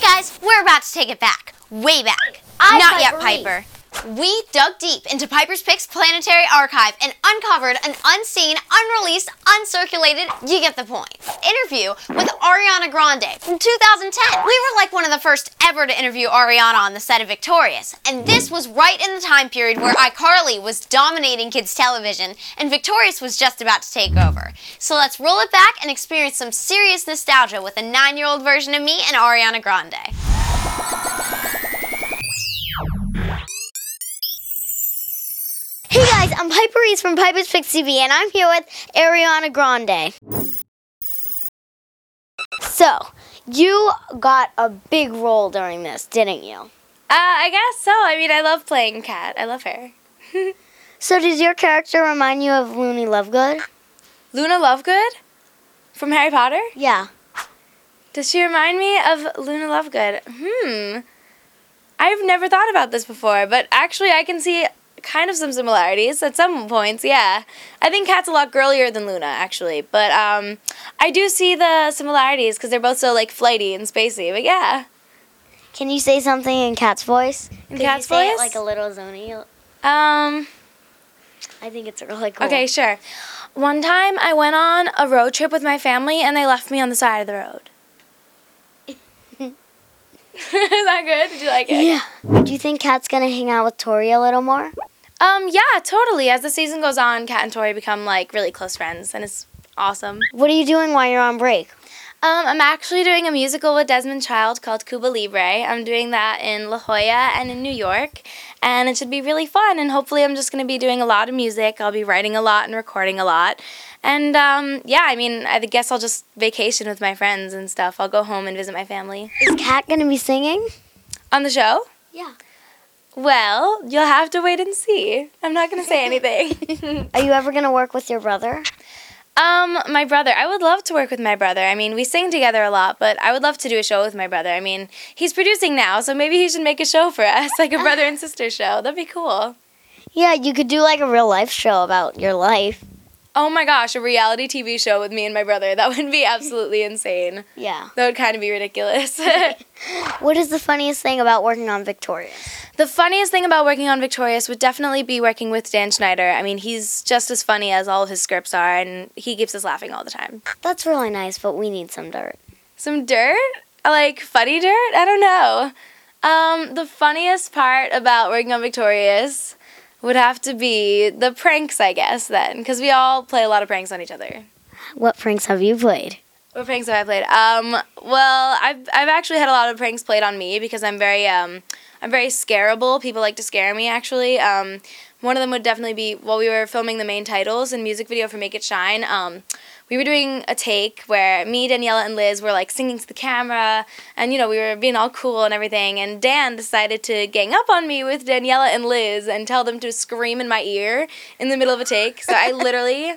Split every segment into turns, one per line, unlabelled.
guys, we're about to take it back. Way back.
I
Not yet,
agree.
Piper. We dug deep into Piper's Picks Planetary Archive and uncovered an unseen, unreleased, uncirculated, you get the point, interview with Ariana Grande from 2010. We were like one of the first ever to interview Ariana on the set of Victorious, and this was right in the time period where iCarly was dominating kids' television and Victorious was just about to take over. So let's roll it back and experience some serious nostalgia with a nine year old version of me and Ariana Grande.
Hey guys, I'm Piper Reese from Piper's Fix TV, and I'm here with Ariana Grande. So, you got a big role during this, didn't you?
Uh, I guess so. I mean, I love playing Cat. I love her.
So, does your character remind you of Looney Lovegood?
Luna Lovegood from Harry Potter?
Yeah.
Does she remind me of Luna Lovegood? Hmm. I've never thought about this before, but actually, I can see kind of some similarities at some points, yeah. I think Cat's a lot girlier than Luna, actually, but um, I do see the similarities because they're both so like flighty and spacey, but yeah.
Can you say something in Cat's voice? In
Cat's
you say it
voice?
like a little zony.
Um,
I think it's really cool.
Okay, sure. One time I went on a road trip with my family and they left me on the side of the road. Is that good? Did you like it?
Yeah. Do you think Cat's gonna hang out with Tori a little more?
Um, yeah, totally. As the season goes on, Kat and Tori become like really close friends and it's awesome.
What are you doing while you're on break?
Um, I'm actually doing a musical with Desmond Child called Cuba Libre. I'm doing that in La Jolla and in New York, and it should be really fun. And hopefully, I'm just going to be doing a lot of music. I'll be writing a lot and recording a lot. And um, yeah, I mean, I guess I'll just vacation with my friends and stuff. I'll go home and visit my family.
Is Cat gonna be singing?
On the show?
Yeah.
Well, you'll have to wait and see. I'm not going to say anything.
Are you ever gonna work with your brother?
Um, my brother. I would love to work with my brother. I mean, we sing together a lot, but I would love to do a show with my brother. I mean, he's producing now, so maybe he should make a show for us, like a brother and sister show. That'd be cool.
Yeah, you could do like a real life show about your life.
Oh my gosh, a reality TV show with me and my brother. That would be absolutely insane.
Yeah.
That would kind of be ridiculous.
What is the funniest thing about working on Victorious?
The funniest thing about working on Victorious would definitely be working with Dan Schneider. I mean, he's just as funny as all of his scripts are, and he keeps us laughing all the time.
That's really nice, but we need some dirt.
some dirt like funny dirt i don't know um, the funniest part about working on victorious would have to be the pranks i guess then because we all play a lot of pranks on each other
What pranks have you played?
what pranks have i played um, well I've, I've actually had a lot of pranks played on me because i'm very um, i'm very scarable people like to scare me actually um, one of them would definitely be while we were filming the main titles and music video for make it shine um, we were doing a take where me, Daniela, and Liz were like singing to the camera, and you know, we were being all cool and everything. And Dan decided to gang up on me with Daniela and Liz and tell them to scream in my ear in the middle of a take. So I literally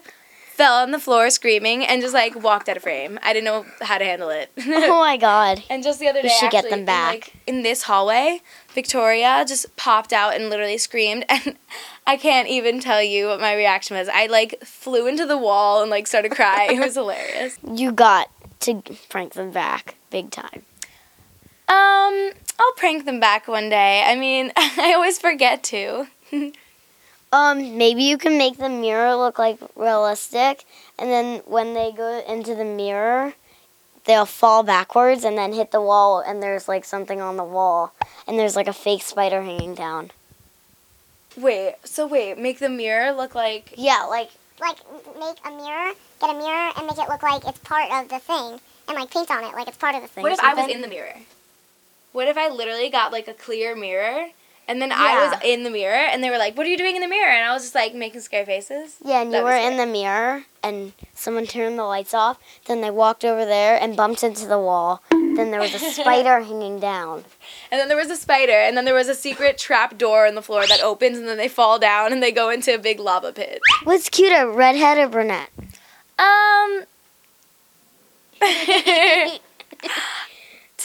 fell on the floor screaming and just like walked out of frame. I didn't know how to handle it.
oh my god.
And just the other day,
We should get
actually,
them
in,
back.
like, in this hallway, Victoria just popped out and literally screamed, and I can't even tell you what my reaction was. I like flew into the wall and like started crying. it was hilarious.
You got to prank them back big time.
Um, I'll prank them back one day. I mean, I always forget to.
Um, maybe you can make the mirror look like realistic, and then when they go into the mirror, they'll fall backwards and then hit the wall, and there's like something on the wall, and there's like a fake spider hanging down.
Wait, so wait, make the mirror look like.
Yeah, like
like m- make a mirror, get a mirror, and make it look like it's part of the thing, and like paint on it like it's part of the thing.
What
or
if I was
something.
in the mirror? What if I literally got like a clear mirror? And then I was in the mirror, and they were like, "What are you doing in the mirror?" And I was just like making scary faces.
Yeah, and you
That
were
was
in
it.
the mirror, and someone turned the lights off. Then they walked over there and bumped into the wall. Then there was a spider hanging down.
And then there was a spider, and then there was a secret trap door in the floor that opens, and then they fall down and they go into a big lava pit.
What's cuter, redhead or brunette?
Um. today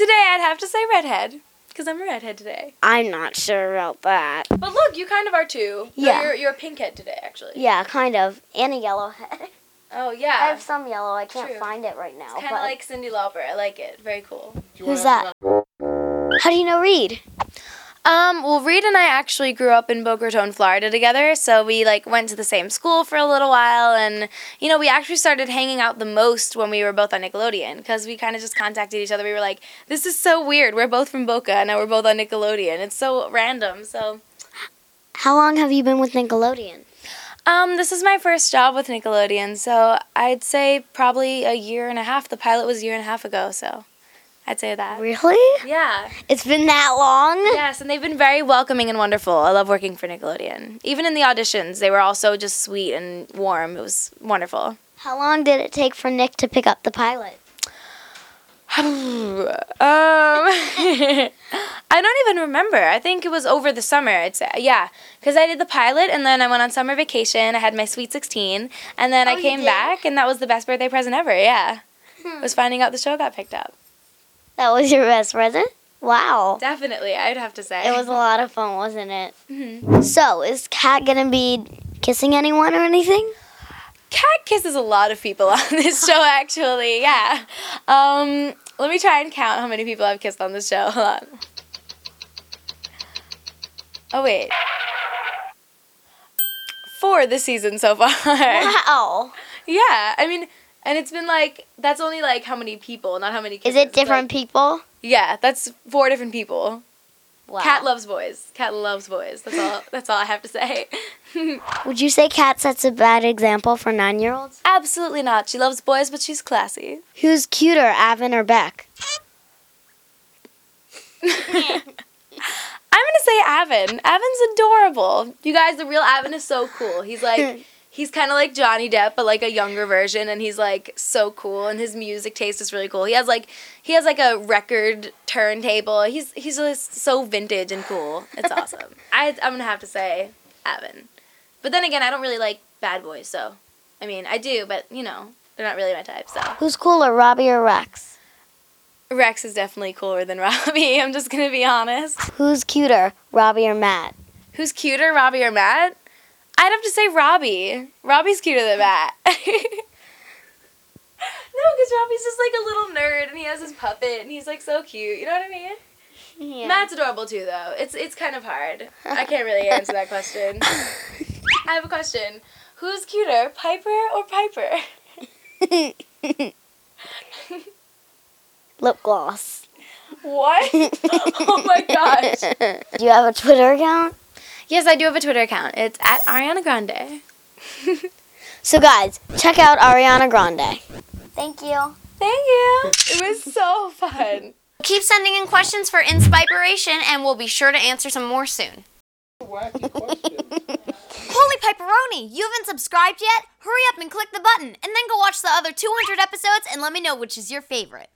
I'd have to say redhead, because I'm a redhead today.
I'm not sure about that.
But look, you kind of are too. No,
Yeah.
You're, you're a pinkhead today, actually.
Yeah, kind of. And a yellow head.
Oh,
I
yeah.
have some yellow. I can't
True.
find it right now.
Kind of
but
like Cindy Lauper. I like it. Very cool.
who's that? How do you know Reed?
Um, well, Reed and I actually grew up in Boca Raton, Florida together, so we like went to the same school for a little while, and you know we actually started hanging out the most when we were both on Nickelodeon because we kind of just contacted each other. We were like, "This is so weird. We're both from Boca, and now we're both on Nickelodeon. It's so random." So,
How long have you been with Nickelodeon?
um, this is my first job with Nickelodeon, so I'd say probably a year and a half. The pilot was a year and a half ago, so I'd say that.
Really?
Yeah.
It's been that long?
Yes, and they've been very welcoming and wonderful. I love working for Nickelodeon. Even in the auditions, they were also just sweet and warm. It was wonderful.
How long did it take for Nick to pick up the pilot?
um, I don't even remember. I think it was over the summer. It's yeah, because I did the pilot, and then I went on summer vacation. I had my sweet sixteen, and then
Oh,
I
you
came
did?
back, and that was the best birthday present ever. Yeah, was finding out the show got picked up.
That was your best present? Wow.
Definitely, I'd have to say
It was a lot of fun, wasn't it?
Mhm.
So, is Kat gonna be kissing anyone or anything?
Cat kisses a lot of people on this show, actually. Yeah. Um, let me try and count how many people I've kissed on this show. Hold on. Oh, wait. Four this season so far.
Wow.
yeah. I mean, and it's been like, that's only like how many people, not how many
Is
kisses.
it
It's, like-
different people?
yeah, that's four different people.
Wow.
Cat loves boys. Cat loves boys. That's all. That's all I have to say.
Would you say Kat sets a bad example for nine year olds?
Absolutely not. She loves boys, but she's classy.
Who's cuter, Avin or Beck?
I'm gonna say Avin. Avin's adorable. You guys, the real Avin is so cool. He's like, he's kind of like Johnny Depp, but like a younger version, and he's like so cool, and his music taste is really cool. He has like, he has like a record turntable. He's he's just so vintage and cool. It's awesome. I I'm gonna have to say Avin, but then again, I don't really like bad boys, so I mean, I do, but you know, they're not really my type. So
Who's cooler, Robbie or Rex?
Rex is definitely cooler than Robbie. I'm just gonna be honest.
Who's cuter, Robbie or Matt?
Who's cuter, Robbie or Matt? I'd have to say Robbie. Robbie's cuter than Matt. no, because Robbie's just like a little nerd and he has his puppet and he's like so cute. You know what I mean? Matt's adorable too, though. It's it's kind of hard. I can't really answer that question. I have a question. Who's cuter, Piper or Piper?
Lip gloss.
What? oh my gosh.
Do you have a Twitter account?
Yes, I do have a Twitter account. It's at Ariana Grande.
So, guys, check out Ariana Grande.
Thank you.
Thank you. It was so fun.
Keep sending in questions for inspiration, and we'll be sure to answer some more soon. Holy Piperoni! You haven't subscribed yet? Hurry up and click the button, and then go watch the other 200 episodes and let me know which is your favorite.